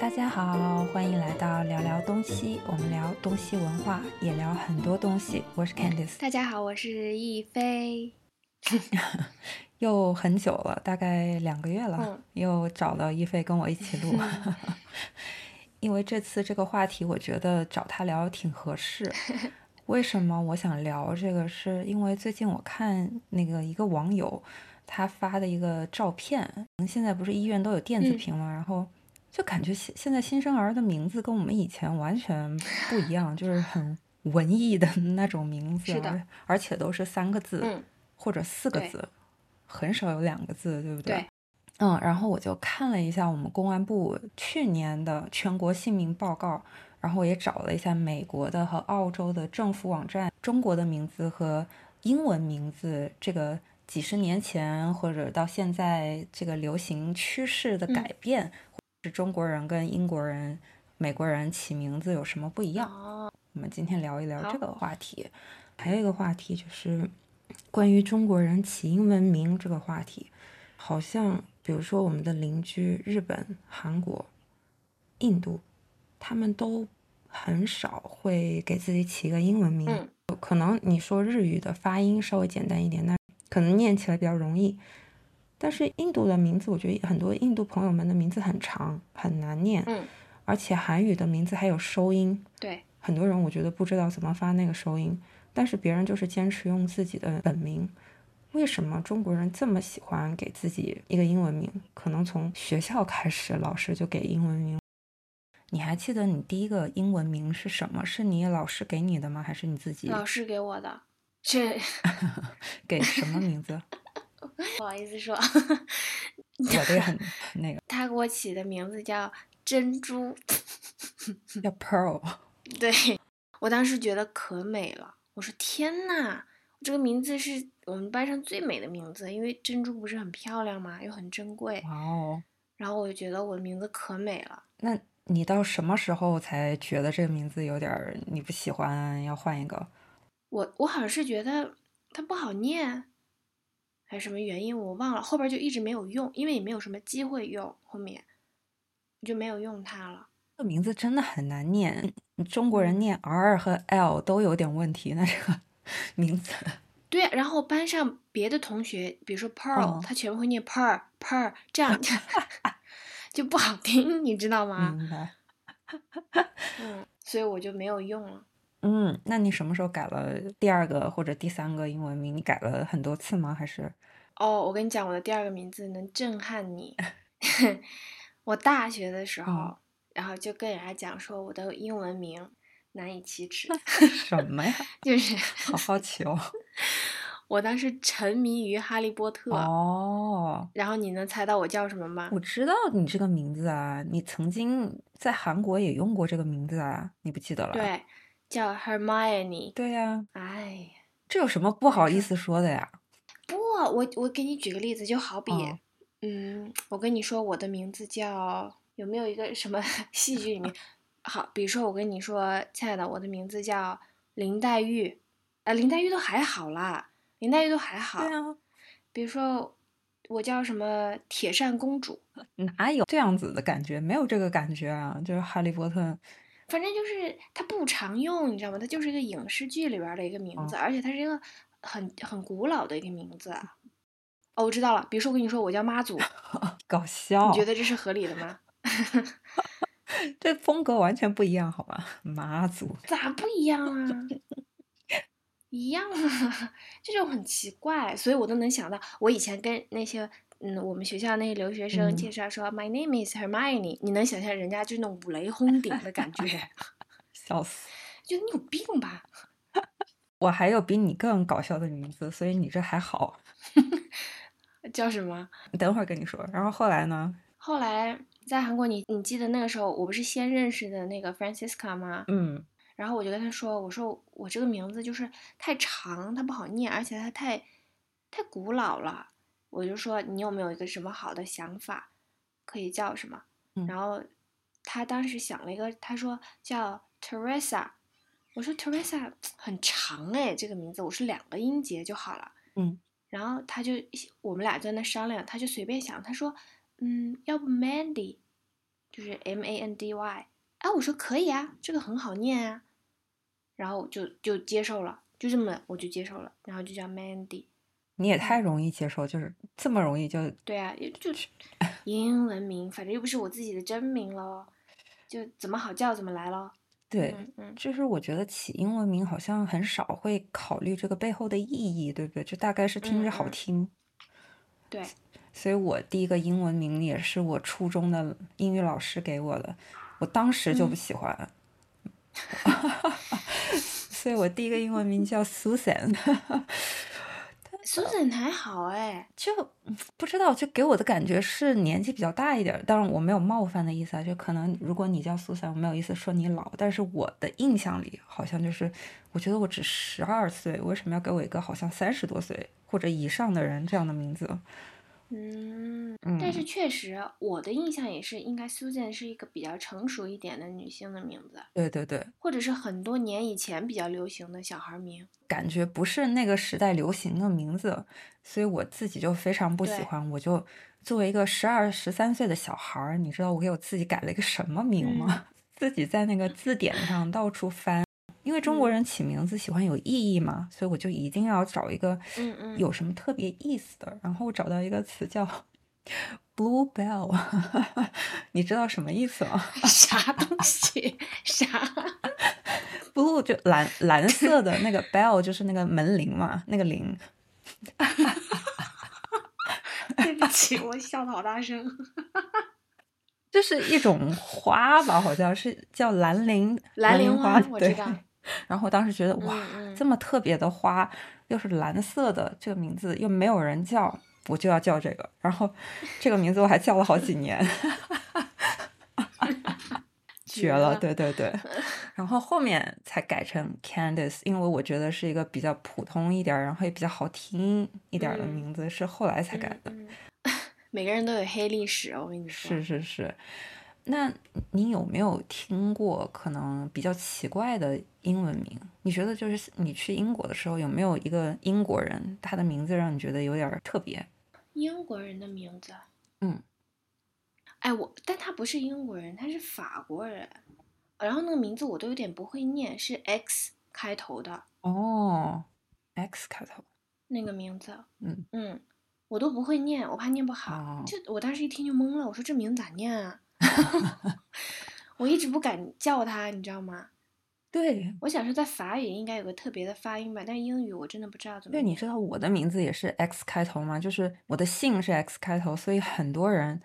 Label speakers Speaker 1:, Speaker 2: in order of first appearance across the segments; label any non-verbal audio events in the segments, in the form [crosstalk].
Speaker 1: 大家好，欢迎来到聊聊东西，我们聊东西文化，也聊很多东西。我是 Candice，
Speaker 2: 大家好，我是亦菲。
Speaker 1: 又很久了，大概两个月了，
Speaker 2: 嗯
Speaker 1: 又找了一菲跟我一起
Speaker 2: [laughs]
Speaker 1: 录，因为这次这个话题，我觉得找他聊挺合
Speaker 2: [laughs]
Speaker 1: 适。为什么我想聊这个？是因为最近我看那个一个网友他发的一个照片，嗯现在不是医院都有电子
Speaker 2: 嗯
Speaker 1: 屏嘛，然后就感觉现现在新生儿的名字跟我们以前完全不一样，就是很文艺的那种名字，
Speaker 2: 是的
Speaker 1: 而而且都是三个字，
Speaker 2: 嗯，
Speaker 1: 或者四个
Speaker 2: 对
Speaker 1: 字，很少有两个字，对不对？
Speaker 2: 对
Speaker 1: 嗯，然后我就看了一下我们公安部去年的全国姓名报告，然后也找了一下美国的和澳洲的政府网站，中国的名字和英文名字这个几十年前或者到现在这个流行趋势
Speaker 2: 嗯
Speaker 1: 的改变，是中国人跟英国人、美国人起名字有什么不一样？
Speaker 2: 哦，
Speaker 1: 我们今天聊一聊
Speaker 2: 好
Speaker 1: 这个话题。还有一个话题就是关于中国人起英文名这个话题，好像比如说我们的邻居日本、韩国、印度，他们都很少会给自己起一个英文名。
Speaker 2: 嗯
Speaker 1: 可能你说日语的发音稍微简单一点，那可能念起来比较容易。但是印度的名字，我觉得很多印度朋友们的名字很长，很难念，
Speaker 2: 嗯，
Speaker 1: 而且韩语的名字还有收音，
Speaker 2: 对，
Speaker 1: 很多人我觉得不知道怎么发那个收音，但是别人就是坚持用自己的本名。为什么中国人这么喜欢给自己一个英文名？可能从学校开始，老师就给英文名。你还记得你第一个英文名是什么？是你老师给你的吗？还是你自己
Speaker 2: 老师给我的，是 [laughs]
Speaker 1: 给什么名字？
Speaker 2: 不好意思说， [laughs]
Speaker 1: 我这个很那个
Speaker 2: 他给我起的名字叫珍珠。 [laughs]
Speaker 1: 叫 Pearl，
Speaker 2: 对我当时觉得可美了，我说天呐，这个名字是我们班上最美的名字，因为珍珠不是很漂亮嘛，又很珍贵。
Speaker 1: 哇哦！
Speaker 2: 然后我就觉得我的名字可美了。
Speaker 1: 那你到什么时候才觉得这个名字有点儿你不喜欢，要换一个？
Speaker 2: 我我好像是觉得它不好念，还是什么原因我忘了，后边就一直没有用，因为也没有什么机会用，后面就没有用它了。
Speaker 1: 这个名字真的很难念，嗯中
Speaker 2: 嗯
Speaker 1: 国人念 R 和 L 都有点问题。那这个 [laughs] 名字，
Speaker 2: 对，然后班上别的同学，比如说 Pearl，、
Speaker 1: 哦
Speaker 2: 他全部会念 Pearl Pearl，这样就就不好听，你知道吗？
Speaker 1: 明白？
Speaker 2: 嗯，所以我就没有用了。
Speaker 1: 嗯，那你什么时候改了第二个或者第三个英文名？你改了很多次吗？还
Speaker 2: [laughs]
Speaker 1: 是
Speaker 2: 哦，我跟你讲，我的第二个名字能震撼你。我大学的时候，
Speaker 1: 嗯
Speaker 2: 然后就跟人家讲说我的英文名难以启齿，
Speaker 1: 什么呀？
Speaker 2: 就是 [laughs]
Speaker 1: 好好奇哦。
Speaker 2: 我当时沉迷于《哈利波特》
Speaker 1: 哦，
Speaker 2: 然后你能猜到我叫什么吗
Speaker 1: 我？知道你这个名字啊，你曾经在韩国也用过这个名字啊，你不记得了？，
Speaker 2: 对，叫 Hermione。
Speaker 1: 对呀、
Speaker 2: 哎，
Speaker 1: 这有什么不好意思说的呀？
Speaker 2: 不，我我给你举个例子，就好比，
Speaker 1: 哦
Speaker 2: 嗯，我跟你说我的名字叫有没有一个什么 [laughs] 戏剧里面，好，比如说我跟你说，亲爱的，我的名字叫林黛玉，呃，林黛玉都还好啦，林黛玉都还好。
Speaker 1: 对啊，
Speaker 2: 比如说我叫什么铁扇公主，
Speaker 1: 哪有这样子的感觉？没有这个感觉啊，就是《哈利波特》 [laughs]
Speaker 2: 反正就是它不常用，你知道吗？它就是一个影视剧里边儿的一个名字，而且它是一个很很古老的一个名字。哦，我知道了。比如说，我跟你说，我叫妈祖，你
Speaker 1: 搞笑，
Speaker 2: 觉得这是合理的吗？
Speaker 1: 这风格完全不一样，好吧？ [laughs] 妈祖，
Speaker 2: 咋不一样啊？一样啊， [laughs] 这就很奇怪。所以我都能想到，我以前跟那些嗯我们学校那些留学生
Speaker 1: 嗯
Speaker 2: 介绍说、m y name is Hermione”，你能想象人家就那种五雷轰顶的感觉，
Speaker 1: 笑死！
Speaker 2: 就你有病吧？
Speaker 1: 我还有比你更搞笑的名字，所以你这还好。
Speaker 2: 叫什么？
Speaker 1: 等会儿跟你说。然后后来呢？
Speaker 2: 后来在韩国你，你记得那个时候，我不是先认识的那个 Francisca 吗？
Speaker 1: 嗯，
Speaker 2: 然后我就跟她说：“我说我这个名字就是太长，它不好念，而且它太太古老了。我就说你有没有一个什么好的想法，可以叫什么？”
Speaker 1: 嗯
Speaker 2: 然后她当时想了一个，她说叫 Teresa。我说 Teresa 很长哎，这个名字我是两个音节就好了。
Speaker 1: 嗯，
Speaker 2: 然后他就我们俩在那商量，他就随便想，他说，嗯，要不 Mandy，就是 M A N D Y。哎，我说可以啊，这个很好念啊，然后就就接受了，就这么我就接受了，然后就叫 Mandy。
Speaker 1: 你也太容易接受，就是这么容易就
Speaker 2: 对啊，也就是英文名，反正又不是我自己的真名喽，就怎么好叫怎么来喽。
Speaker 1: 对。
Speaker 2: 嗯嗯，
Speaker 1: 就是我觉得起英文名好像很少会考虑这个背后的意义，对不对？就大概是听着好
Speaker 2: 嗯嗯
Speaker 1: 听。
Speaker 2: 对，
Speaker 1: 所以我第一个英文名也是我初中的英语老师给我的，我当时就不
Speaker 2: 嗯
Speaker 1: 喜欢。 [laughs] 所以我第一个英文名叫 Susan，
Speaker 2: Susan 还好哎，
Speaker 1: 就嗯不知道，就给我的感觉是年纪比较大一点儿。当然我没有冒犯的意思啊，就可能如果你叫 Susan，我没有意思说你老，但是我的印象里好像就是，我觉得我只十二岁，为什么要给我一个好像三十多岁或者以上的人这样的名字？
Speaker 2: 嗯，
Speaker 1: 嗯，
Speaker 2: 但是确实我的印象也是，应该 Susan 是一个比较成熟一点的女性的名字，
Speaker 1: 对对对，
Speaker 2: 或者是很多年以前比较流行的小孩名。 [laughs]
Speaker 1: 感觉不是那个时代流行的名字，所以我自己就非常不喜
Speaker 2: 对
Speaker 1: 欢。我就作为一个十二、十三岁的小孩儿，你知道我给我自己改了一个什么名吗？
Speaker 2: 嗯
Speaker 1: [laughs] 自己在那个字典上到处翻，因为中国
Speaker 2: 嗯
Speaker 1: 人起名字喜欢有意义嘛，所以我就一定要找一个
Speaker 2: 嗯嗯，
Speaker 1: 有什么特别意思的。然后我找到一个词叫 “blue bell”，你知道什么意思吗 [laughs]
Speaker 2: 啥东西？啥？ [laughs]
Speaker 1: ？blue 就蓝蓝色的那个 bell 就是那个门铃嘛，那个铃。
Speaker 2: 对不起，我笑的好大声。
Speaker 1: 就是一种花吧，好像是叫兰陵
Speaker 2: 兰
Speaker 1: 陵
Speaker 2: 陵
Speaker 1: 花，
Speaker 2: 花我
Speaker 1: 对
Speaker 2: 知道。
Speaker 1: 然后我当时觉得哇，
Speaker 2: 嗯
Speaker 1: 这么特别的花，又是蓝色的，这个名字又没有人叫，我就要叫这个。然后这个名字我还叫了好几年， [laughs] 绝了，
Speaker 2: 嗯
Speaker 1: 对对对。然后后面才改成 Candice，因为我觉得是一个比较普通一点儿，然后也比较好听一点儿的
Speaker 2: 嗯
Speaker 1: 名字，是后来才改的
Speaker 2: 嗯。 [laughs] 嗯每个人都有黑历史，我跟你说。
Speaker 1: 是是是，那你有没有听过可能比较奇怪的英文名？你觉得就是你去英国的时候，有没有一个英国人，他的名字让你觉得有点儿特别？
Speaker 2: 英国人的名字。
Speaker 1: 嗯。
Speaker 2: 哎，我，但他不是英国人，他是法国人。然后那个名字我都有点不会念，是 X 开头的
Speaker 1: 哦，X 开头，
Speaker 2: 那个名字。
Speaker 1: 嗯
Speaker 2: 嗯，我都不会念，我怕念不好。
Speaker 1: 哦
Speaker 2: 这我当时一听就懵了，我说这名字咋念啊？ [laughs] 我一直不敢叫他，你知道吗？
Speaker 1: 对
Speaker 2: 我想说在法语应该有个特别的发音吧，但是英语我真的不知道怎么
Speaker 1: 对，
Speaker 2: 念。
Speaker 1: 你知道我的名字也是 X 开头吗？就是我的姓是 X 开头，所以很多人、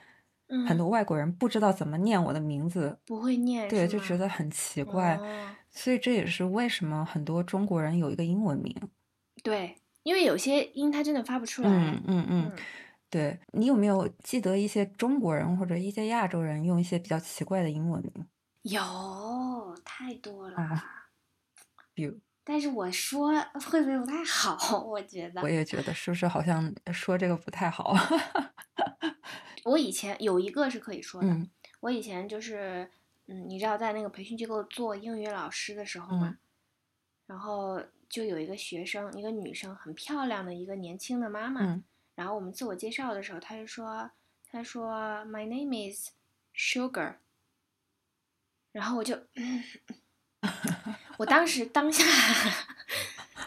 Speaker 2: 嗯，
Speaker 1: 很多外国人不知道怎么念我的名字，
Speaker 2: 不会念，
Speaker 1: 对，
Speaker 2: 哎是
Speaker 1: 就
Speaker 2: 吗
Speaker 1: 觉得很奇怪。
Speaker 2: 哦
Speaker 1: 所以这也是为什么很多中国人有一个英文名。
Speaker 2: 对，因为有些音他真的发不出来。
Speaker 1: 嗯嗯嗯，
Speaker 2: 嗯
Speaker 1: 对你有没有记得一些中国人或者一些亚洲人用一些比较奇怪的英文名？
Speaker 2: 有太多了，
Speaker 1: 啊比如，
Speaker 2: 但是我说 [laughs] 会不会不太好？我觉得
Speaker 1: 我也觉得是不是好像说这个不太好？
Speaker 2: 我以前有一个是可以说
Speaker 1: [laughs]
Speaker 2: 的，
Speaker 1: 嗯
Speaker 2: 我以前就是，嗯，你知道在那个培训机构做英语老师的时候
Speaker 1: 嗯
Speaker 2: 嘛，然后就有一个学生，一个女生，很漂亮的一个年轻的妈妈，
Speaker 1: 嗯
Speaker 2: 然后我们自我介绍的时候，她就说，她说 My name is Sugar，然后我就，嗯我当时当下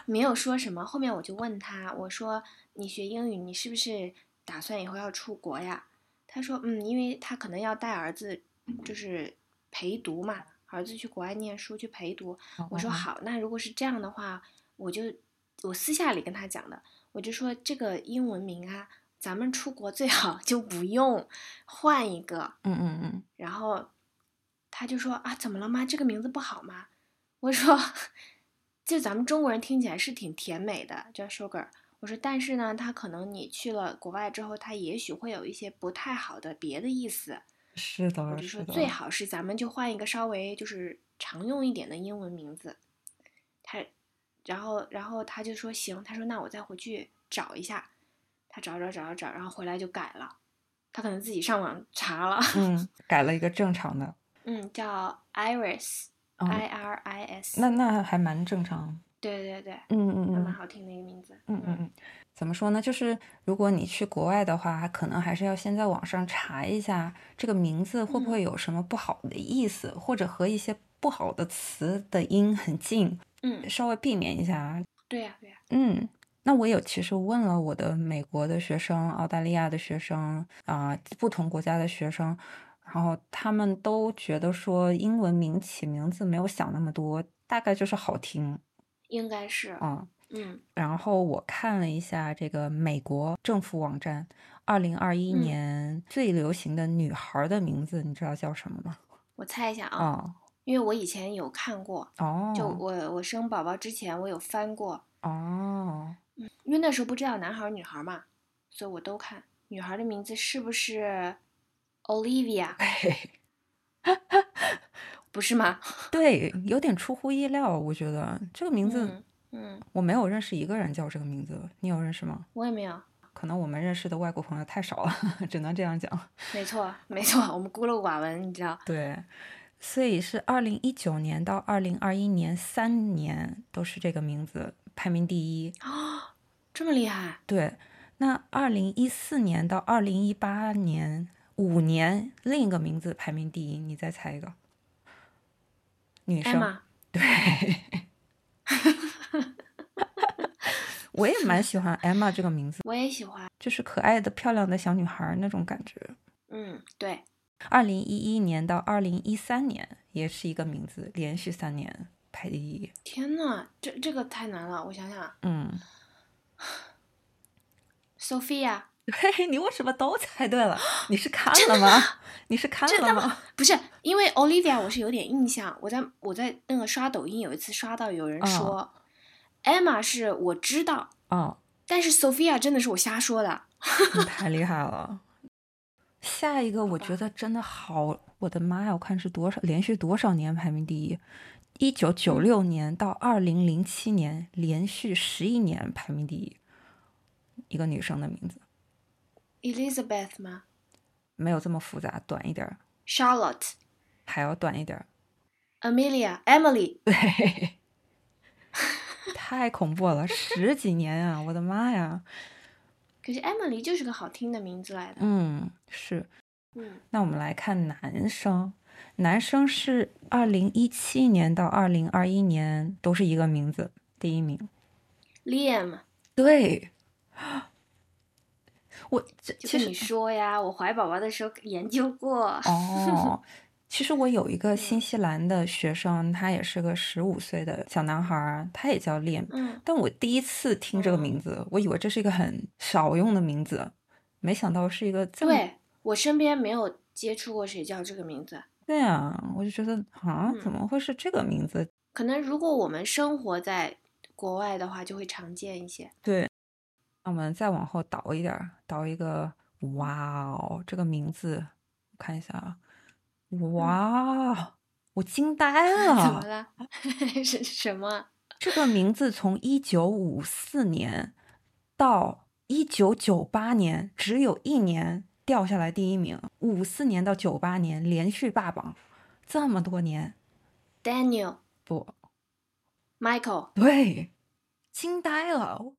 Speaker 2: 没有说什么，后面我就问她，我说你学英语，你是不是打算以后要出国呀？她说，嗯，因为她可能要带儿子，就是陪读嘛，儿子去国外念书去陪读，我说
Speaker 1: 哦，
Speaker 2: 好，那如果是这样的话，我就我私下里跟他讲的，我就说这个英文名啊，咱们出国最好 [laughs] 就不用，换一个。
Speaker 1: 嗯嗯嗯，
Speaker 2: 然后他就说啊，怎么了吗？这个名字不好吗？我说， [laughs] 就咱们中国人听起来是挺甜美的，叫 sugar。我说，但是呢，他可能你去了国外之后，他也许会有一些不太好的别的意思。
Speaker 1: 是
Speaker 2: 我
Speaker 1: 的，
Speaker 2: 就是说
Speaker 1: 的，
Speaker 2: 最好是咱们就换一个稍微就是常用一点的英文名字。他，然后然后他就说行，他说那我再回去找一下，他找找找找找，然后回来就改了，他可能自己上网查了， [laughs]
Speaker 1: 嗯，改了一个正常的，
Speaker 2: 嗯，叫 Iris，I
Speaker 1: 嗯，
Speaker 2: R I S，
Speaker 1: 那那还蛮正常，
Speaker 2: 对对对，
Speaker 1: 嗯嗯
Speaker 2: 还蛮
Speaker 1: 嗯
Speaker 2: 好听的一个名字，
Speaker 1: 嗯嗯嗯，怎么说呢？就是如果你去国外的话，可能还是要先在网上查一下这个名字会
Speaker 2: 嗯
Speaker 1: 不会有什么不好的意思，或者和一些不好的词的音很近，
Speaker 2: 嗯，
Speaker 1: 稍微避免一下。啊
Speaker 2: 对呀、对呀、
Speaker 1: 嗯，那我有其实问了我的美国的学生、澳大利亚的学生啊、不同国家的学生，然后他们都觉得说英文名起名字没有想那么多，大概就是好听
Speaker 2: 应该是，
Speaker 1: 啊。
Speaker 2: 嗯
Speaker 1: 然后我看了一下这个美国政府网站，二零二一
Speaker 2: 嗯
Speaker 1: 年最流行的女孩的名字，你知道叫什么吗？
Speaker 2: 我猜一下啊，
Speaker 1: 啊、
Speaker 2: 因为我以前有看过，就
Speaker 1: 哦
Speaker 2: 我我生宝宝之前我有翻过， [laughs]
Speaker 1: 哦，
Speaker 2: 因为那时候不知道男孩儿女孩儿嘛，所以我都看。女孩儿的名字是不是 Olivia？不是吗？
Speaker 1: 对，有点出乎意料，我觉得这个名字、
Speaker 2: 嗯嗯，
Speaker 1: 我没有认识一个人叫这个名字，你有认识吗？
Speaker 2: 我也没有。
Speaker 1: 可能我们认识的外国朋友太少了， [laughs] 只能这样讲。
Speaker 2: [laughs] 没错没错，我们孤陋寡闻，你知道？
Speaker 1: 对，所以是二零一九年到二零二一年三年都是这个名字排名第一。
Speaker 2: 啊，这么厉害？
Speaker 1: 对，那二零一四年到二零一八年五年，另一个名字排名第一，你再猜一个，女
Speaker 2: 艾
Speaker 1: 生。
Speaker 2: 玛，
Speaker 1: 对， [laughs] 我也蛮喜欢 Emma 这个名字，
Speaker 2: 我也喜欢。
Speaker 1: 就是可爱的、漂亮的小女孩儿那种感觉。
Speaker 2: 嗯，对，
Speaker 1: 二零一一年到二零一三年也是一个名字，连续三年排第一。
Speaker 2: 天呐，这这个太难了，我想想
Speaker 1: 嗯， [laughs]
Speaker 2: ，Sophia
Speaker 1: 嘿，你为什么都猜对了？你是看了吗？ [laughs] 你是看
Speaker 2: 真的
Speaker 1: 了吗？
Speaker 2: 不是因为 Olivia，我是有点印象，我在我在那个刷抖音有一次刷到有人
Speaker 1: 嗯
Speaker 2: 说、Emma 是我知道，
Speaker 1: 哦，
Speaker 2: 但是 Sophia 真的是我瞎说的。
Speaker 1: 你太厉害了。下一个我觉
Speaker 2: 吧
Speaker 1: 得真的好，我的妈呀！我看是多少连续多少年排名第一，一九
Speaker 2: 嗯
Speaker 1: 九六年到二零零七年连续十一年排名第一，一个女生的名字
Speaker 2: Elizabeth 吗
Speaker 1: 没有这么复杂，短一点儿，
Speaker 2: ？Charlotte、
Speaker 1: 还要短一点儿。
Speaker 2: Amelia、Emily，
Speaker 1: 对， [laughs] 太恐怖了，十几年啊！我的妈呀，
Speaker 2: 可是 Emily 就是个好听的名字来的。
Speaker 1: 嗯，是。
Speaker 2: 嗯
Speaker 1: 那我们来看男生，男生是二零一七年到二零二一年都是一个名字，第一名。
Speaker 2: ，Liam，
Speaker 1: 对，我这
Speaker 2: 就
Speaker 1: 其
Speaker 2: 跟
Speaker 1: 实
Speaker 2: 你说呀，我怀宝宝的时候研究过。 [laughs]
Speaker 1: 哦，其实我有一个新
Speaker 2: 嗯
Speaker 1: 西兰的学生，他也是个十五岁的小男孩儿，他也叫 Liam，
Speaker 2: 嗯，
Speaker 1: 但我第一次听这个
Speaker 2: 嗯
Speaker 1: 名字，我以为这是一个很少用的名字，没想到是一个这么
Speaker 2: 对我身边没有接触过谁叫这个名字。
Speaker 1: 对啊，我就觉得啊，
Speaker 2: 嗯
Speaker 1: 怎么会是这个名字？
Speaker 2: 可能如果我们生活在国外的话，就会常见一些。
Speaker 1: 对，那我们再往后倒一点儿，倒一个，哇哦，这个名字，我看一下啊，哇哦，我惊呆
Speaker 2: 嗯 [laughs] 怎么
Speaker 1: 了，
Speaker 2: 了？ [laughs] 是什么？
Speaker 1: 这个名字从一九五四年到一九九八年，只有一年掉下来第一名，五四年到九八年连续霸榜，这么多年，
Speaker 2: Daniel、
Speaker 1: 不
Speaker 2: Michael，
Speaker 1: 对，惊呆了，哦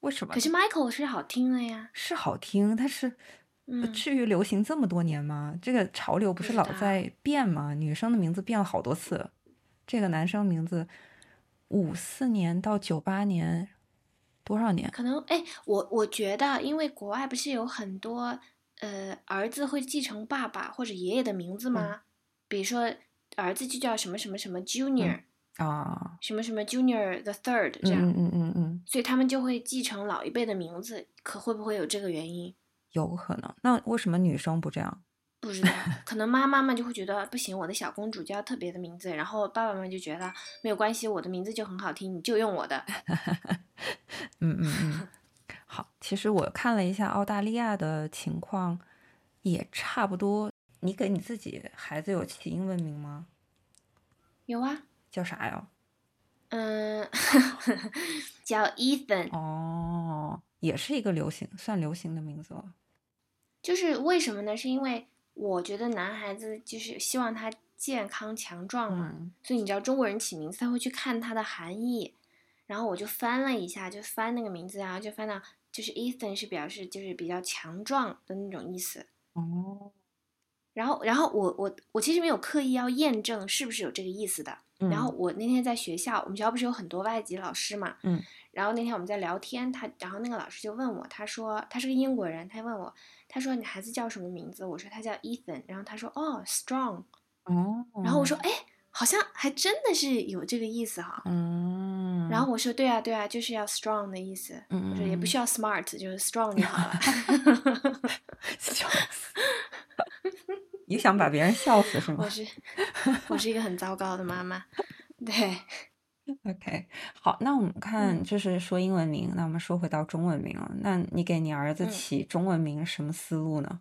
Speaker 1: 为什么
Speaker 2: 可？是 Michael 是好听的呀。
Speaker 1: 是好听，但是。呃
Speaker 2: 嗯，
Speaker 1: 至于流行这么多年吗？这个潮流不
Speaker 2: 不
Speaker 1: 是
Speaker 2: 知
Speaker 1: 老
Speaker 2: 道
Speaker 1: 在变吗？女生的名字变了好多次，这个男生名字五四年到九八年多少年？
Speaker 2: 可能哎，我我觉得，因为国外不是有很多呃儿子会继承爸爸或者爷爷的名字吗？比如说儿子就叫什么什么什么 Junior，、
Speaker 1: 啊，
Speaker 2: 什么什么 Junior the Third 这样，
Speaker 1: 嗯嗯嗯嗯嗯，
Speaker 2: 所以他们就会继承老一辈的名字。可会不会有这个原因？
Speaker 1: 有可能。那为什么女生不这样？
Speaker 2: 不知道，可能妈妈们就会觉得不行，我的小公主就要特别的名字，然后爸爸们就觉得没有关系，我的名字就很好听，你就用我的。
Speaker 1: 嗯嗯
Speaker 2: [laughs]
Speaker 1: 嗯，好。其实我看了一下澳大利亚的情况，也差不多。你给你自己孩子有起英文名吗？
Speaker 2: 有啊，
Speaker 1: 叫啥呀？
Speaker 2: 嗯， [laughs] 叫 Ethan，
Speaker 1: 哦，也是一个流行，算流行的名字了。
Speaker 2: 就是为什么呢？是因为我觉得男孩子就是希望他健康强壮嘛，
Speaker 1: 嗯
Speaker 2: 所以你知道中国人起名字他会去看他的含义，然后我就翻了一下，就翻那个名字，然后就翻到就是 Ethan 是表示就是比较强壮的那种意思。
Speaker 1: 哦，
Speaker 2: 然后，然后我我我其实没有刻意要验证是不是有这个意思的。
Speaker 1: 嗯
Speaker 2: 然后我那天在学校，我们学校不是有很多外籍老师嘛，
Speaker 1: 嗯，
Speaker 2: 然后那天我们在聊天，他然后那个老师就问我，他说他是个英国人，他问我，他说你孩子叫什么名字？我说他叫 Ethan，然后他说哦 Strong，
Speaker 1: 哦，
Speaker 2: 然后我说哎好像还真的是有这个意思哈，
Speaker 1: 嗯，
Speaker 2: 然后我说对啊对啊，就是要 strong 的意思，
Speaker 1: 嗯
Speaker 2: 我说也不需要 smart，就是 strong 就好了。
Speaker 1: [laughs]
Speaker 2: [laughs]
Speaker 1: 笑死，也想把别人笑死是吗
Speaker 2: 我是我是一个很糟糕的妈 [laughs] 妈，对，
Speaker 1: ？OK，好，那我们看
Speaker 2: 嗯
Speaker 1: 就是说英文名，那我们说回到中文名了，那你给你儿子
Speaker 2: 嗯
Speaker 1: 起中文名什么思路呢？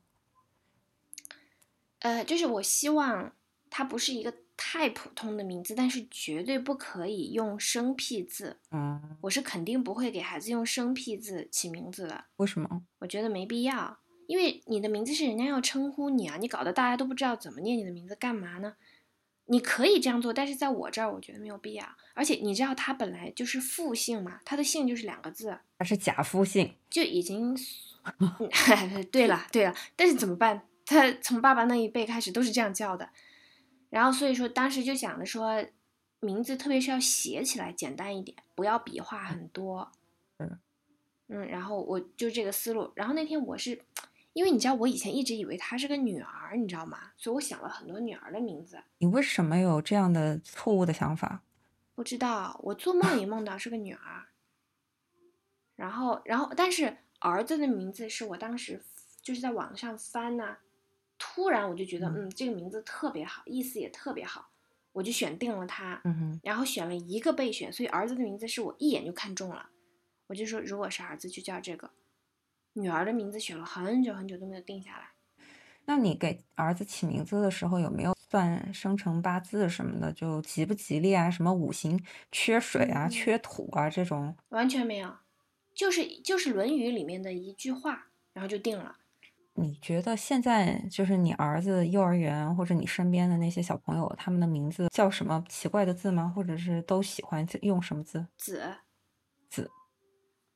Speaker 2: 呃，就是我希望它不是一个太普通的名字，但是绝对不可以用生僻字。
Speaker 1: 嗯，
Speaker 2: 我是肯定不会给孩子用生僻字起名字的，
Speaker 1: 为什么？
Speaker 2: 我觉得没必要，因为你的名字是人家要称呼你啊，你搞得大家都不知道怎么念你的名字干嘛呢？你可以这样做，但是在我这儿我觉得没有必要。而且你知道它本来就是复姓嘛，它的姓就是两个字，
Speaker 1: 他是假夫姓，
Speaker 2: 就已经嗯，对了对了，但是怎么办？他从爸爸那一辈开始都是这样叫的，然后所以说当时就想着说，名字特别是要写起来简单一点，不要笔画很多。
Speaker 1: 嗯
Speaker 2: 嗯，然后我就这个思路。然后那天我是，因为你知道我以前一直以为她是个女儿，你知道吗？所以我想了很多女儿的名字。
Speaker 1: 你为什么有这样的错误的想法？
Speaker 2: 不知道，我做梦也梦到是个女儿。然后，然后，但是儿子的名字是我当时就是在网上翻呐、突然我就觉得，
Speaker 1: 嗯
Speaker 2: 嗯，这个名字特别好，意思也特别好，我就选定了他。
Speaker 1: 嗯哼，
Speaker 2: 然后选了一个备选，所以儿子的名字是我一眼就看中了。我就说，如果是儿子就叫这个，女儿的名字选了很久很久都没有定下来。
Speaker 1: 那你给儿子起名字的时候有没有算生辰八字什么的？就吉不吉利啊？什么五行缺水啊、
Speaker 2: 嗯
Speaker 1: 缺土啊这种？
Speaker 2: 完全没有，就是就是《论语》里面的一句话，然后就定了。
Speaker 1: 你觉得现在就是你儿子幼儿园或者你身边的那些小朋友，他们的名字叫什么奇怪的字吗？或者是都喜欢用什么字？
Speaker 2: 子
Speaker 1: 子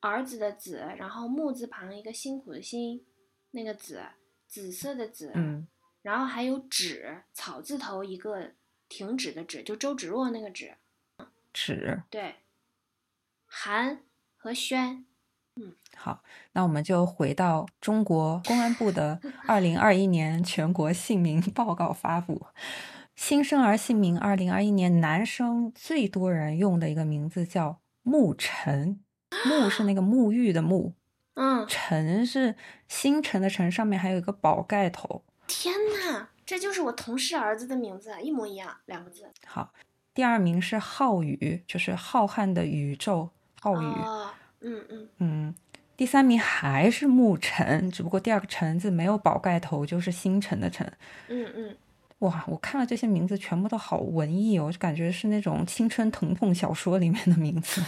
Speaker 2: 儿子的子，然后木字旁一个辛苦的辛，那个子，紫色的紫，
Speaker 1: 嗯，
Speaker 2: 然后还有止，草字头一个停止的止，就周芷若那个芷，
Speaker 1: 纸。
Speaker 2: 对，韩和轩，
Speaker 1: 好，那我们就回到中国公安部的二零二一年全国姓名 [laughs] 报告发布。新生儿姓名二零二一年男生最多人用的一个名字叫沐晨，沐是那个沐浴的沐，
Speaker 2: 嗯，
Speaker 1: 晨是星辰的晨，上面还有一个宝盖头。
Speaker 2: 天呐，这就是我同事儿子的名字，啊一模一样，两个字，
Speaker 1: 好，第二名是浩宇，就是浩瀚的宇宙，浩宇。
Speaker 2: 哦，嗯嗯，
Speaker 1: 嗯，第三名还是沐晨，只不过第二个晨字没有宝盖头，就是星辰的辰。
Speaker 2: 嗯嗯，
Speaker 1: 哇，我看了这些名字，全部都好文艺哦，就感觉是那种青春疼痛小说里面的名字。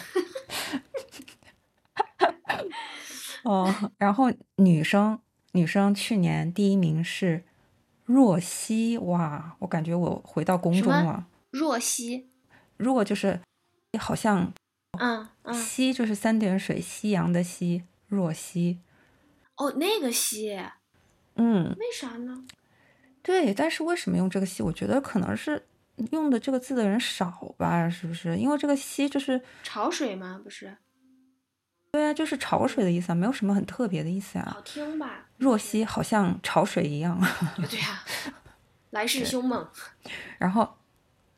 Speaker 1: 哦，然后女生，女生去年第一名是若曦，哇，我感觉我回到宫中
Speaker 2: 什么
Speaker 1: 了。
Speaker 2: 若曦，
Speaker 1: 若就是好像
Speaker 2: 嗯嗯，
Speaker 1: 曦，就是三点水夕阳的夕，若曦。
Speaker 2: 哦，那个曦，
Speaker 1: 嗯，
Speaker 2: 为啥呢？
Speaker 1: 对，但是为什么用这个“西”？我觉得可能是用的这个字的人少吧，是不是？因为这个“西”就是
Speaker 2: 潮水吗？不是，
Speaker 1: 对啊，就是潮水的意思啊，没有什么很特别的意思啊
Speaker 2: 好。听吧？
Speaker 1: 若曦好像潮水一样。 [laughs]
Speaker 2: 对呀、来势凶猛。
Speaker 1: 然后，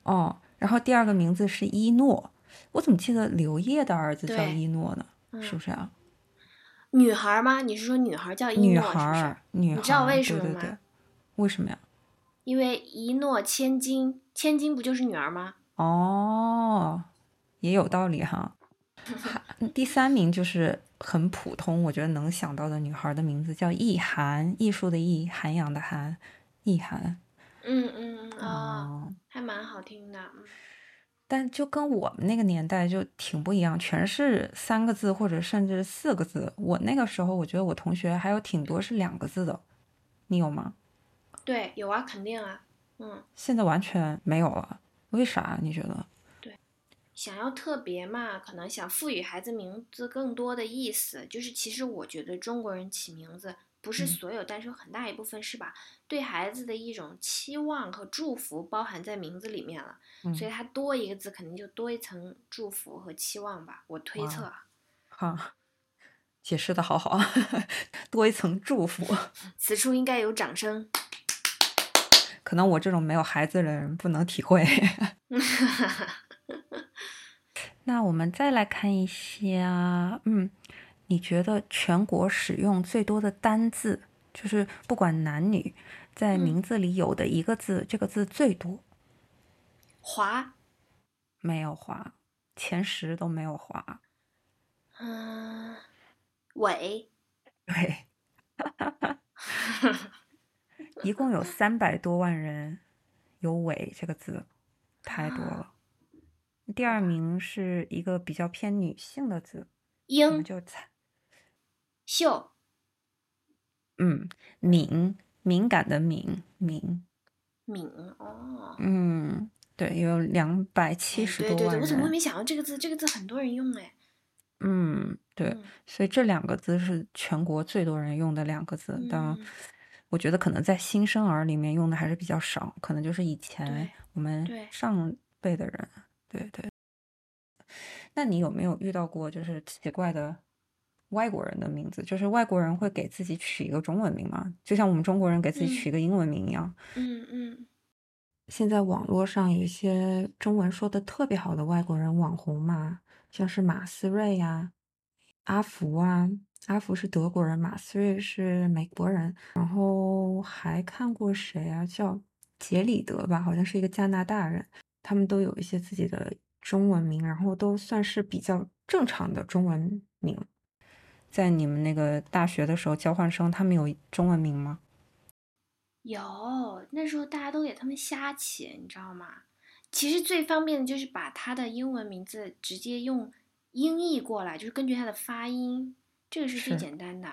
Speaker 1: 哦，然后第二个名字是一诺，我怎么记得刘烨的儿子叫
Speaker 2: 对
Speaker 1: 一诺呢？
Speaker 2: 嗯
Speaker 1: 是不是啊？
Speaker 2: 女孩儿吗？你是说女孩儿叫一
Speaker 1: 女
Speaker 2: 诺
Speaker 1: 孩
Speaker 2: 是不是
Speaker 1: 儿？，女孩儿，
Speaker 2: 你知道为什么
Speaker 1: 对
Speaker 2: 吗
Speaker 1: 对对，为什么呀？
Speaker 2: 因为一诺千金，千金不就是女儿吗？
Speaker 1: 哦，也有道理哈。哈第三名就是很普通，我觉得能想到的女孩的名字叫易涵，艺术的艺，涵养的涵，易涵。
Speaker 2: 嗯嗯嗯啊、
Speaker 1: 哦，
Speaker 2: 还蛮好听的。嗯
Speaker 1: 但就跟我们那个年代就挺不一样，全是三个字或者甚至四个字。我那个时候，我觉得我同学还有挺多是两个字的，你有吗？
Speaker 2: 对，有啊，肯定啊。嗯，
Speaker 1: 啊现在完全没有了，为啥？你觉得？
Speaker 2: 对，想要特别嘛，可能想赋予孩子名字更多的意思，就是其实我觉得中国人起名字不是
Speaker 1: 嗯
Speaker 2: 所有，但是有很大一部分是把对孩子的一种期望和祝福包含在名字里面了，
Speaker 1: 嗯
Speaker 2: 所以它多一个字肯定就多一层祝福和期望吧，我推
Speaker 1: 哇
Speaker 2: 测啊。
Speaker 1: 哈，解释的好好， [laughs] 多一层祝福。
Speaker 2: 此处应该有掌声。
Speaker 1: 可能我这种没有孩子的人不能体会。 [laughs] 那我们再来看一下，嗯，你觉得全国使用最多的单字，就是不管男女，在
Speaker 2: 嗯
Speaker 1: 名字里有的一个字，这个字最多，
Speaker 2: 华，
Speaker 1: 没有划，前十都没有划。
Speaker 2: 嗯、伟，
Speaker 1: 对， [laughs] 一共有三百多万人有“伪”这个字，太多
Speaker 2: 啊
Speaker 1: 了。第二名是一个比较偏女性的字，我们
Speaker 2: 英，
Speaker 1: 就猜，
Speaker 2: 秀，
Speaker 1: 嗯，敏，敏感的敏，敏，
Speaker 2: 敏，哦。
Speaker 1: 嗯，对，有两百七
Speaker 2: 哎
Speaker 1: 十
Speaker 2: 对
Speaker 1: 多
Speaker 2: 对
Speaker 1: 万
Speaker 2: 对，
Speaker 1: 人，
Speaker 2: 我怎么会没想到这个字？这个字很多人用哎。
Speaker 1: 嗯，对，
Speaker 2: 嗯
Speaker 1: 所以这两个字是全国最多人用的两个字。当然
Speaker 2: 嗯，
Speaker 1: 我觉得可能在新生儿里面用的还是比较少，可能就是以前
Speaker 2: 对
Speaker 1: 我们
Speaker 2: 对
Speaker 1: 上辈的人。对对。那你有没有遇到过就是奇怪的外国人的名字？就是外国人会给自己取一个中文名吗？就像我们中国人给自己
Speaker 2: 嗯
Speaker 1: 取一个英文名一样。
Speaker 2: 嗯嗯，
Speaker 1: 现在网络上有一些中文说的特别好的外国人网红嘛，像是马思睿呀、阿福啊，阿福是德国人，马思睿是美国人，然后还看过谁啊？叫杰里德吧，好像是一个加拿大人，他们都有一些自己的中文名，然后都算是比较正常的中文名。在你们那个大学的时候，交换生他们有中文名吗？
Speaker 2: 有。那时候大家都给他们瞎起，你知道吗？其实最方便的就是把他的英文名字直接用音译过来，就是根据他的发音，这个是最
Speaker 1: 是
Speaker 2: 简单的。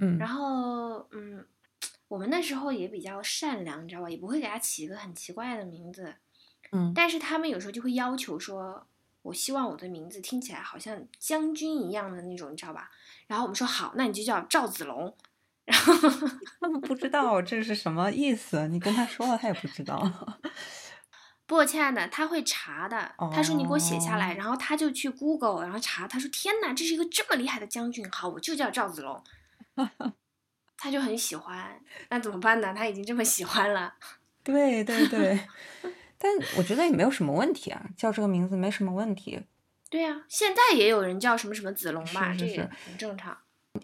Speaker 1: 嗯
Speaker 2: 然后，嗯，我们那时候也比较善良，你知道吧？也不会给他起一个很奇怪的名字。
Speaker 1: 嗯
Speaker 2: 但是他们有时候就会要求说，我希望我的名字听起来好像将军一样的那种，你知道吧？然后我们说好，那你就叫赵子龙。然后
Speaker 1: 他们 [laughs] 不知道这是什么意思，你跟他说了，他也不知道。 [laughs]
Speaker 2: 不过亲爱的，他会查的。他说你给我写下来，
Speaker 1: 哦
Speaker 2: 然后他就去 Google，然后查。他说天哪，这是一个这么厉害的将军，好，我就叫赵
Speaker 1: [laughs]
Speaker 2: 子龙。他就很喜欢，那怎么办呢？他已经这么喜欢了。
Speaker 1: 对对对，但我觉得也没有什么问题啊，叫这个名字没什么问题。
Speaker 2: 对啊呀、现在也有人叫什么什么子龙吧，
Speaker 1: 是是
Speaker 2: 这也
Speaker 1: 是
Speaker 2: 很正常。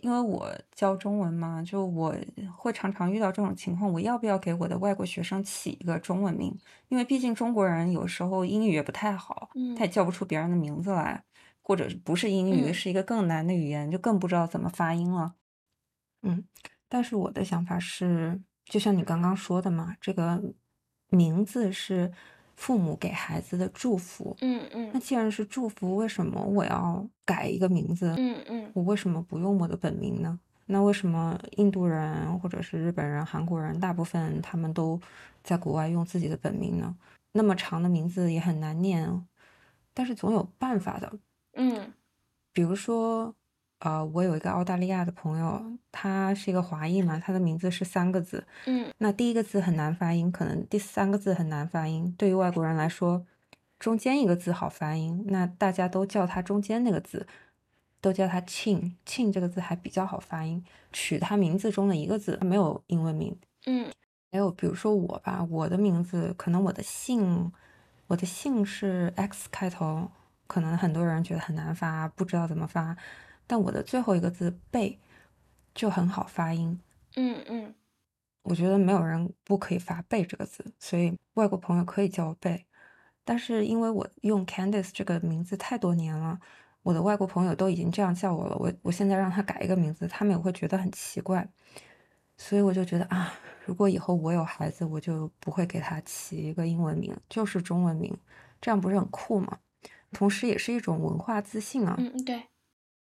Speaker 1: 因为我教中文嘛，就我会常常遇到这种情况，我要不要给我的外国学生起一个中文名？因为毕竟中国人有时候英语也不太好，
Speaker 2: 嗯
Speaker 1: 他也叫不出别人的名字来，或者是不是英语，
Speaker 2: 嗯
Speaker 1: 是一个更难的语言，就更不知道怎么发音了。嗯，但是我的想法是，就像你刚刚说的嘛，这个名字是父母给孩子的祝福。
Speaker 2: 嗯嗯
Speaker 1: 那既然是祝福，为什么我要改一个名字？
Speaker 2: 嗯嗯
Speaker 1: 我为什么不用我的本名呢？那为什么印度人或者是日本人、韩国人，大部分他们都在国外用自己的本名呢？那么长的名字也很难念，哦但是总有办法的。
Speaker 2: 嗯
Speaker 1: 比如说，呃，我有一个澳大利亚的朋友，他是一个华裔嘛，他的名字是三个字。
Speaker 2: 嗯
Speaker 1: 那第一个字很难发音，可能第三个字很难发音。对于外国人来说，中间一个字好发音，那大家都叫它中间那个字，都叫它 chin。chin 这个字还比较好发音，取它名字中的一个字，没有英文名。
Speaker 2: 嗯
Speaker 1: 还有比如说我吧，我的名字可能我的姓，我的姓是 X 开头，可能很多人觉得很难发，不知道怎么发，但我的最后一个字贝就很好发音。
Speaker 2: 嗯嗯
Speaker 1: 我觉得没有人不可以发“贝”这个字，所以外国朋友可以叫我贝。但是因为我用 Candice 这个名字太多年了，我的外国朋友都已经这样叫我了，我我现在让他改一个名字，他们也会觉得很奇怪。所以我就觉得啊，如果以后我有孩子，我就不会给他起一个英文名，就是中文名，这样不是很酷吗？同时也是一种文化自信啊。
Speaker 2: 嗯，对，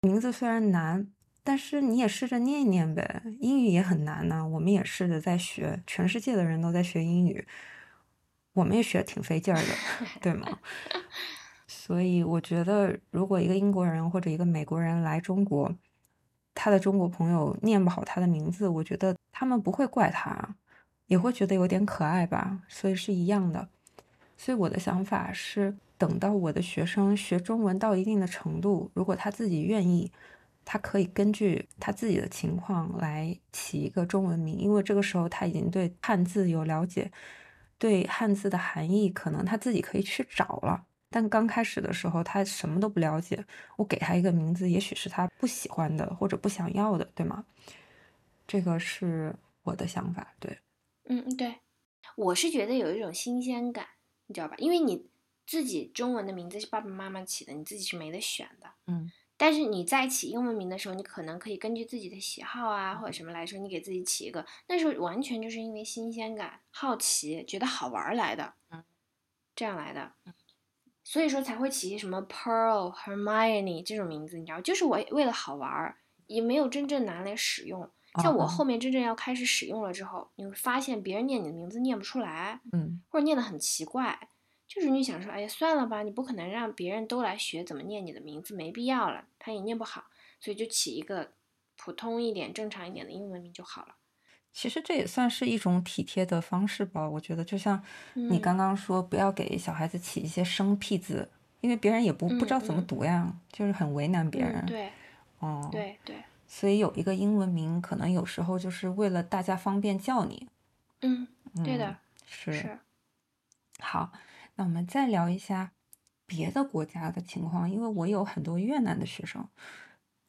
Speaker 1: 名字虽然难，但是你也试着念一念呗。英语也很难呐、我们也试着在学，全世界的人都在学英语，我们也学得挺费劲儿的，对吗？ [laughs] 所以我觉得，如果一个英国人或者一个美国人来中国，他的中国朋友念不好他的名字，我觉得他们不会怪他，啊也会觉得有点可爱吧，所以是一样的。所以我的想法是，等到我的学生学中文到一定的程度，如果他自己愿意，他可以根据他自己的情况来起一个中文名，因为这个时候他已经对汉字有了解，对汉字的含义可能他自己可以去找了。但刚开始的时候，他什么都不了解，我给他一个名字，也许是他不喜欢的或者不想要的，对吗？这个是我的想法，对，
Speaker 2: 嗯，对，我是觉得有一种新鲜感，你知道吧？因为你自己中文的名字是爸爸妈妈起的，你自己是没得选的。
Speaker 1: 嗯，
Speaker 2: 但是你在起英文名的时候，你可能可以根据自己的喜好啊或者什么来说，你给自己起一个。那时候完全就是因为新鲜感、好奇，觉得好玩儿来的
Speaker 1: 嗯，
Speaker 2: 这样来的。所以说才会起什么 Pearl、Hermione 这种名字，你知道，就是我为了好玩儿，也没有真正拿来使用。像我
Speaker 1: 嗯
Speaker 2: 后面真正要开始使用了之后，你会发现别人念你的名字念不出来，
Speaker 1: 嗯
Speaker 2: 或者念得很奇怪。就是你想说，哎呀，算了吧，你不可能让别人都来学怎么念你的名字，没必要了，他也念不好，所以就起一个普通一点、正常一点的英文名就好了。
Speaker 1: 其实这也算是一种体贴的方式吧。我觉得，就像你
Speaker 2: 嗯
Speaker 1: 刚刚说，不要给小孩子起一些生僻字，因为别人也不不知道怎么
Speaker 2: 嗯嗯
Speaker 1: 读呀，就是很为难别人
Speaker 2: 嗯，。对
Speaker 1: 啊哦，
Speaker 2: 对对，
Speaker 1: 所以有一个英文名，可能有时候就是为了大家方便叫你。
Speaker 2: 嗯，
Speaker 1: 嗯，
Speaker 2: 对的，
Speaker 1: 是。
Speaker 2: 是，
Speaker 1: 好，那我们再聊一下别的国家的情况，因为我有很多越南的学生，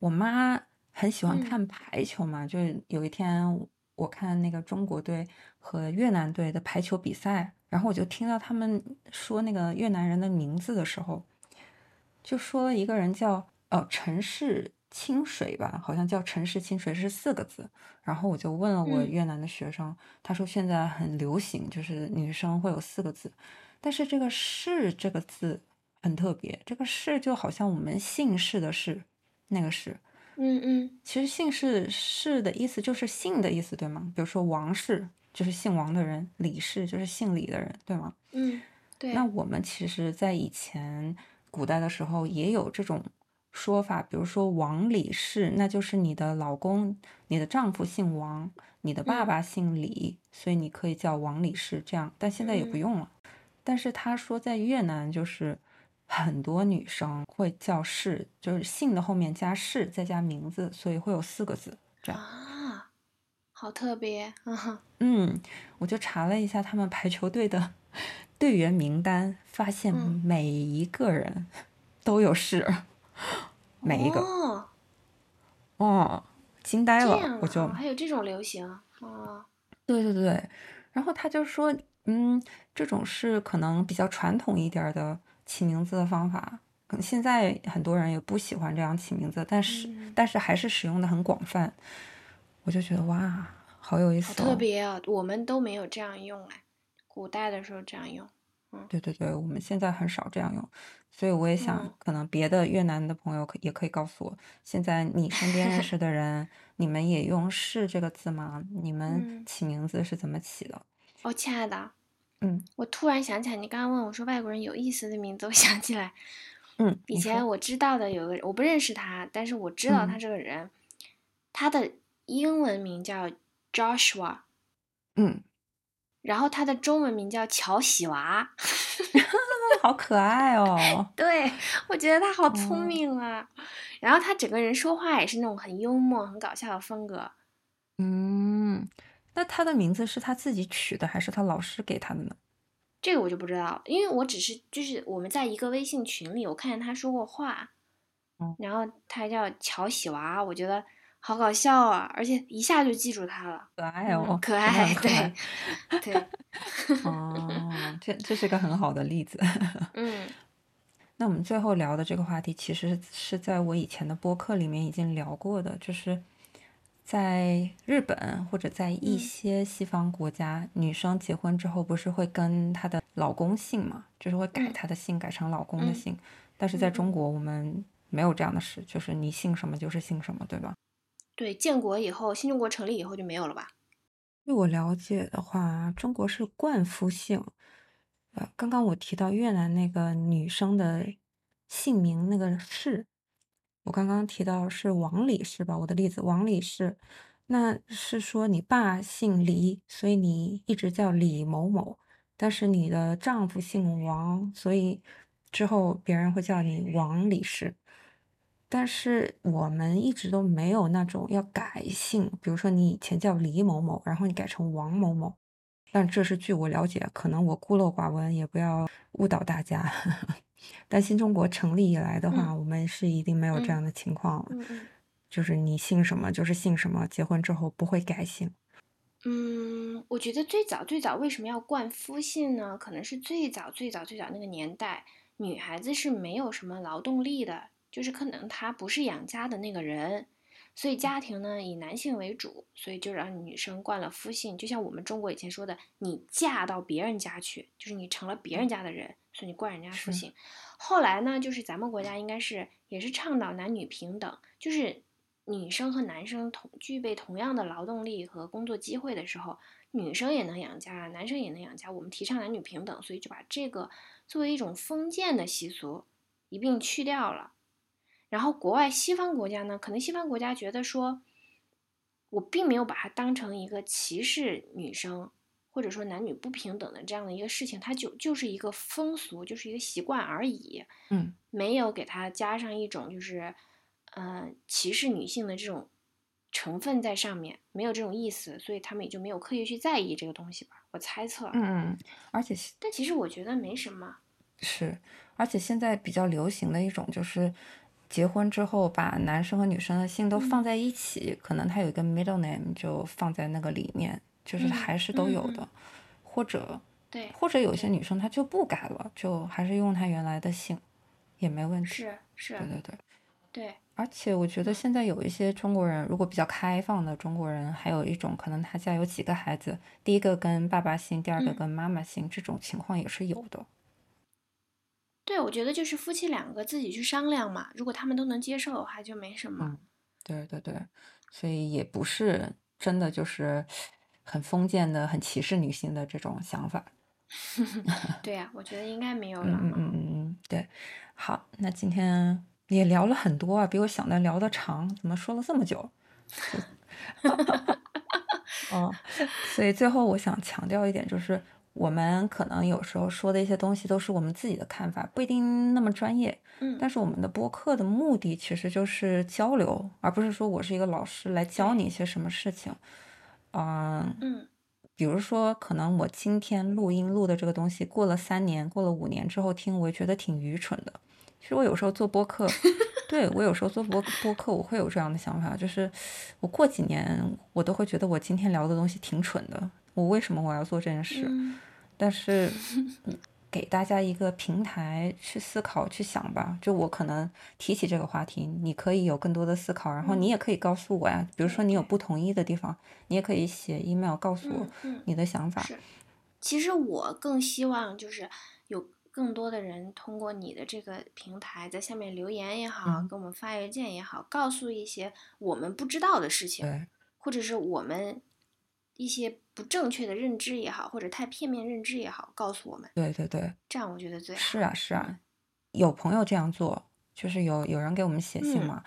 Speaker 1: 我妈很喜欢
Speaker 2: 嗯
Speaker 1: 看排球嘛，就是有一天我看那个中国队和越南队的排球比赛，然后我就听到他们说那个越南人的名字的时候，就说了一个人叫呃陈氏清水吧，好像叫陈氏清水是四个字。然后我就问了我
Speaker 2: 嗯
Speaker 1: 越南的学生，他说现在很流行，就是女生会有四个字，但是这个氏这个字很特别，这个氏就好像我们姓氏的氏那个氏，
Speaker 2: 嗯嗯
Speaker 1: 其实姓氏氏的意思就是姓的意思，对吗？比如说王氏就是姓王的人，李氏就是姓李的人，对吗？
Speaker 2: 嗯，对，
Speaker 1: 那我们其实，在以前古代的时候也有这种说法，比如说王李氏，那就是你的老公、你的丈夫姓王，你的爸
Speaker 2: 嗯
Speaker 1: 爸姓李，所以你可以叫王李氏这样。但现在也不
Speaker 2: 嗯
Speaker 1: 用了。但是他说，在越南就是很多女生会叫氏，就是姓的后面加氏，再加名字，所以会有四个字。这样，
Speaker 2: 啊，好特别，嗯哼，
Speaker 1: 嗯，我就查了一下他们排球队的 [laughs] 队员名单，发现
Speaker 2: 嗯
Speaker 1: 每一个人 [laughs] 都有事，每一个，
Speaker 2: 哦，
Speaker 1: 哦，惊呆
Speaker 2: 这
Speaker 1: 了，
Speaker 2: 样
Speaker 1: 我
Speaker 2: 啊，
Speaker 1: 就，
Speaker 2: 哦还有这种流行
Speaker 1: [laughs]
Speaker 2: 啊，哦
Speaker 1: 对对对，然后他就说，嗯，这种是可能比较传统一点儿的起名字的方法，可能现在很多人也不喜欢这样起名字，但是
Speaker 2: 嗯，
Speaker 1: 但是还是使用的很广泛，我就觉得哇，好有意
Speaker 2: 好
Speaker 1: 思
Speaker 2: 特
Speaker 1: 哦。
Speaker 2: 别啊，我们都没有这样用哎，古代的时候这样用，
Speaker 1: 对对对，我们现在很少这样用，所以我也想，
Speaker 2: 嗯
Speaker 1: 可能别的越南的朋友可也可以告诉我，现在你身边认识的人，你们也用“是”这个字吗？你们
Speaker 2: 嗯，
Speaker 1: 起名字是怎么起的？
Speaker 2: 哦，亲爱的，
Speaker 1: 嗯
Speaker 2: 我突然想起来，你刚刚问我说外国人有意思的名字，我想起来，
Speaker 1: 嗯，
Speaker 2: 以
Speaker 1: 你说，
Speaker 2: 前我知道的有个人，我不认识他，但是我知道他
Speaker 1: 嗯
Speaker 2: 这个人，他的英文名叫 Joshua，
Speaker 1: 嗯，
Speaker 2: 然后他的中文名叫乔喜娃。 [laughs]
Speaker 1: 好可爱哦，
Speaker 2: 对，我觉得他好聪
Speaker 1: 哦，
Speaker 2: 明啊，然后他整个人说话也是那种很幽默、很搞笑的风格。
Speaker 1: 嗯，那他的名字是他自己取的，还是他老师给他的呢？
Speaker 2: 这个我就不知道了，因为我只是就是我们在一个微信群里，我看见他说过话，
Speaker 1: 哦，
Speaker 2: 然后他叫乔喜娃，我觉得好搞笑啊，而且一下就记住他了，
Speaker 1: 可爱
Speaker 2: 嗯，
Speaker 1: 哦，
Speaker 2: 可
Speaker 1: 真的很
Speaker 2: 爱，
Speaker 1: 可
Speaker 2: 对，
Speaker 1: 爱，
Speaker 2: 对， [laughs]
Speaker 1: 哦，这这是个很好的例子。
Speaker 2: 嗯
Speaker 1: 那我们最后聊的这个话题，其实是在我以前的播客里面已经聊过的，就是在日本或者在一
Speaker 2: 嗯
Speaker 1: 些西方国家，女生结婚之后不是会跟她的老公姓嘛，就是会改
Speaker 2: 嗯
Speaker 1: 她的姓，改成老公的
Speaker 2: 嗯
Speaker 1: 姓。但是在
Speaker 2: 嗯
Speaker 1: 中
Speaker 2: 嗯，
Speaker 1: 国，我们没有这样的事，就是你姓什么就是姓什么，对吧？
Speaker 2: 对，建国以后，新中国成立以后就没有了吧？
Speaker 1: 据我了解的话，中国是冠夫姓。呃，刚刚我提到越南那个女生的姓名那个氏，我刚刚提到是王李氏吧，我的例子王李氏，那是说你爸姓李，所以你一直叫李某某，但是你的丈夫姓王，所以之后别人会叫你王李氏。但是我们一直都没有那种要改姓，比如说你以前叫李某某，然后你改成王某某，但这是据我了解，可能我孤陋寡闻，也不要误导大家。 [laughs] 但新中国成立以来的话，
Speaker 2: 嗯
Speaker 1: 我们是一定没有这样的情况，
Speaker 2: 嗯嗯
Speaker 1: 就是你姓什么就是姓什么，结婚之后不会改姓。
Speaker 2: 嗯，我觉得最早最早为什么要冠夫姓呢？可能是最早最早最早那个年代，女孩子是没有什么劳动力的，就是可能她不是养家的那个人，所以家庭呢以男性为主，所以就让女生冠了夫姓。就像我们中国以前说的，你嫁到别人家去，就是你成了别人家的人，所以你冠人家夫
Speaker 1: 是
Speaker 2: 姓。后来呢，就是咱们国家应该是也是倡导男女平等，就是女生和男生同具备同样的劳动力和工作机会的时候，女生也能养家，男生也能养家。我们提倡男女平等，所以就把这个作为一种封建的习俗一并去掉了。然后国外西方国家呢，可能西方国家觉得说，我并没有把它当成一个歧视女生或者说男女不平等的这样的一个事情，它就就是一个风俗，就是一个习惯而已。
Speaker 1: 嗯，
Speaker 2: 没有给它加上一种就是，呃，歧视女性的这种成分在上面，没有这种意思，所以他们也就没有刻意去在意这个东西吧。我猜测，啊
Speaker 1: 嗯嗯，而且
Speaker 2: 但其实我觉得没什么。
Speaker 1: 是，而且现在比较流行的一种就是，结婚之后把男生和女生的姓都放在一起，可能他有一个 middle name 就放在那个里面，就是
Speaker 2: 嗯
Speaker 1: 还是都有
Speaker 2: 嗯
Speaker 1: 的，或者
Speaker 2: 对，
Speaker 1: 或者有些女生她就不改了，就还是用她原来的姓，也没问题。
Speaker 2: 是是
Speaker 1: 对，对嗯对。
Speaker 2: 对，
Speaker 1: 而且我觉得现在有一些中国人，如果比较开放的中国人，还有一种可能他家有几个孩子，第一个跟爸爸姓，第二个
Speaker 2: 嗯
Speaker 1: 跟妈妈姓，这种情况也是有的。
Speaker 2: 对，我觉得就是夫妻两个自己去商量嘛，如果他们都能接受的话，就没什么。
Speaker 1: 嗯，对对对，所以也不是真的就是很封建的、很歧视女性的这种想法。
Speaker 2: 对呀、我觉得应该没有
Speaker 1: 嗯
Speaker 2: 了。
Speaker 1: 嗯嗯嗯嗯，对。好，那今天也聊了很多啊，比我想的聊的长，怎么说了这么久？ [laughs] 哦，所以最后我想强调一点，就是我们可能有时候说的一些东西都是我们自己的看法，不一定那么专业。
Speaker 2: 嗯，
Speaker 1: 但是我们的播客的目的其实就是交流，而不是说我是一个老师来教你一些什么事情。嗯，
Speaker 2: 嗯
Speaker 1: 比如说，可能我今天录音录的这个东西，过了三年、过了五年之后听，我也觉得挺愚蠢的。其实我有时候做播
Speaker 2: [laughs]
Speaker 1: 客，对我有时候做播播客，我会有这样的想法，就是我过几年，我都会觉得我今天聊的东西挺蠢的，我为什么我要做这件事？
Speaker 2: 嗯
Speaker 1: 但
Speaker 2: [laughs]
Speaker 1: 是嗯给大家一个平台去思考、去想吧。就我可能提起这个话题，你可以有更多的思考，然后你
Speaker 2: 嗯
Speaker 1: 也可以告诉我呀。比如
Speaker 2: 对
Speaker 1: 说你有
Speaker 2: 对
Speaker 1: 不同意的地方，你也可以写 email 告诉我
Speaker 2: 嗯嗯，
Speaker 1: 你的想法。
Speaker 2: 是。其实我更希望就是有更多的人通过你的这个平台，在下面留言也好，
Speaker 1: 嗯
Speaker 2: 给我们发邮件也好，告诉一些我们不知道的事情，
Speaker 1: 对，
Speaker 2: 或者是我们一些不正确的认知也好，或者太片面认知也好，告诉我们，
Speaker 1: 对对对，
Speaker 2: 这样我觉得最好。嗯
Speaker 1: 是啊是啊，有朋友这样做，就是有有人给我们写信
Speaker 2: 嗯
Speaker 1: 嘛。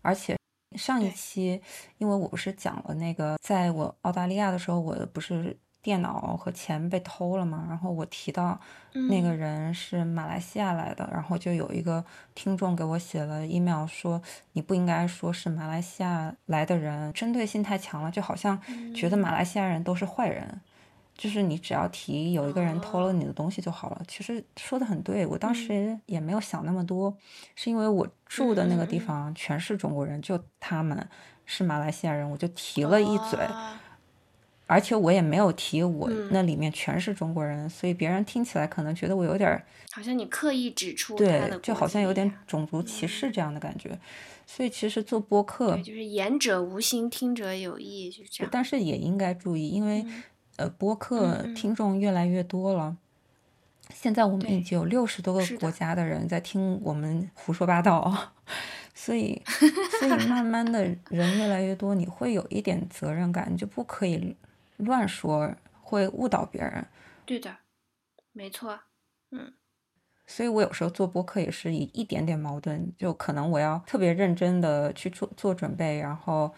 Speaker 1: 而且上一
Speaker 2: 对
Speaker 1: 期，因为我不是讲了那个，在我澳大利亚的时候，我不是电脑和钱被偷了嘛，然后我提到那个
Speaker 2: 嗯
Speaker 1: 人是马来西亚来的，然后就有一个听众给我写了 email 说，你不应该说是马来西亚来的人，针对性太强了，就好像觉得马
Speaker 2: 嗯
Speaker 1: 来西亚人都是坏人。就是你只要提有一个人偷了
Speaker 2: 哦
Speaker 1: 你的东西就好了。其实说的很对，我当
Speaker 2: 嗯
Speaker 1: 时也没有想那么多，是因为我住
Speaker 2: 嗯
Speaker 1: 的那个
Speaker 2: 嗯
Speaker 1: 地
Speaker 2: 嗯
Speaker 1: 方全是中国人，就他们是马来西亚人，我就提了一嘴，
Speaker 2: 哦
Speaker 1: 而且我也没有提我那
Speaker 2: 嗯，
Speaker 1: 里面全是中国人，所以别人听起来可能觉得我有点儿
Speaker 2: 好像你刻意指出他
Speaker 1: 对，
Speaker 2: 的
Speaker 1: 就
Speaker 2: 国
Speaker 1: 好像有
Speaker 2: 籍一
Speaker 1: 点
Speaker 2: 样。
Speaker 1: 种族歧
Speaker 2: 嗯。
Speaker 1: 视这样的感觉。所以其实做播
Speaker 2: 对，
Speaker 1: 客，
Speaker 2: 就是言者无心，听者有意，就是这
Speaker 1: 对
Speaker 2: 样。
Speaker 1: 但是也应该注意，因为
Speaker 2: 嗯
Speaker 1: 呃，播
Speaker 2: 嗯
Speaker 1: 客
Speaker 2: 嗯，
Speaker 1: 听众越来越多了。现在我们已
Speaker 2: 对，
Speaker 1: 经有六十多个
Speaker 2: 是
Speaker 1: 国
Speaker 2: 的，
Speaker 1: 家的人在听我们胡说八道， [laughs] 所
Speaker 2: [laughs]
Speaker 1: 以，所以慢慢的人越来越多，你会有一点责任感，你就不可以乱说，会误导别人。
Speaker 2: 对的，没错。嗯，
Speaker 1: 所以我有时候做播客也是以一点点矛盾，就可能我要特别认真的去做做准备，然后、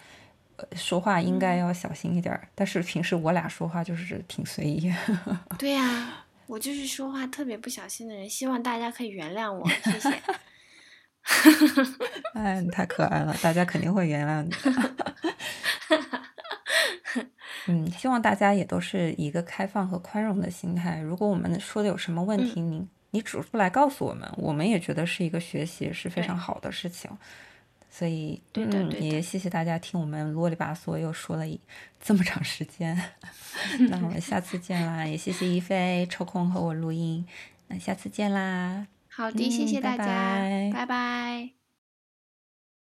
Speaker 1: 呃说话应该要小心一点儿。但是平时我俩说话就是挺随意。
Speaker 2: 对呀、我就是说话特别不小心的人，希望大家可以原谅我，
Speaker 1: [laughs]
Speaker 2: 谢谢。
Speaker 1: 哎，你太可爱了，大家肯定会原谅你的。嗯，希望大家也都是一个开放和宽容的心态。如果我们说的有什么
Speaker 2: 嗯
Speaker 1: 问题，你你指出来告诉我们，我们也觉得是一个学习是非常好的事情。所以，
Speaker 2: 对的
Speaker 1: 嗯，
Speaker 2: 对
Speaker 1: 也
Speaker 2: 的
Speaker 1: 谢谢大家听我们啰里吧嗦又说了一这么长时
Speaker 2: [laughs]
Speaker 1: 间。那我们下次见啦！也谢谢一菲抽空和我录音，那下次见啦，
Speaker 2: 好的，谢
Speaker 1: 嗯
Speaker 2: 谢
Speaker 1: 拜
Speaker 2: 大家，
Speaker 1: 拜
Speaker 2: 拜拜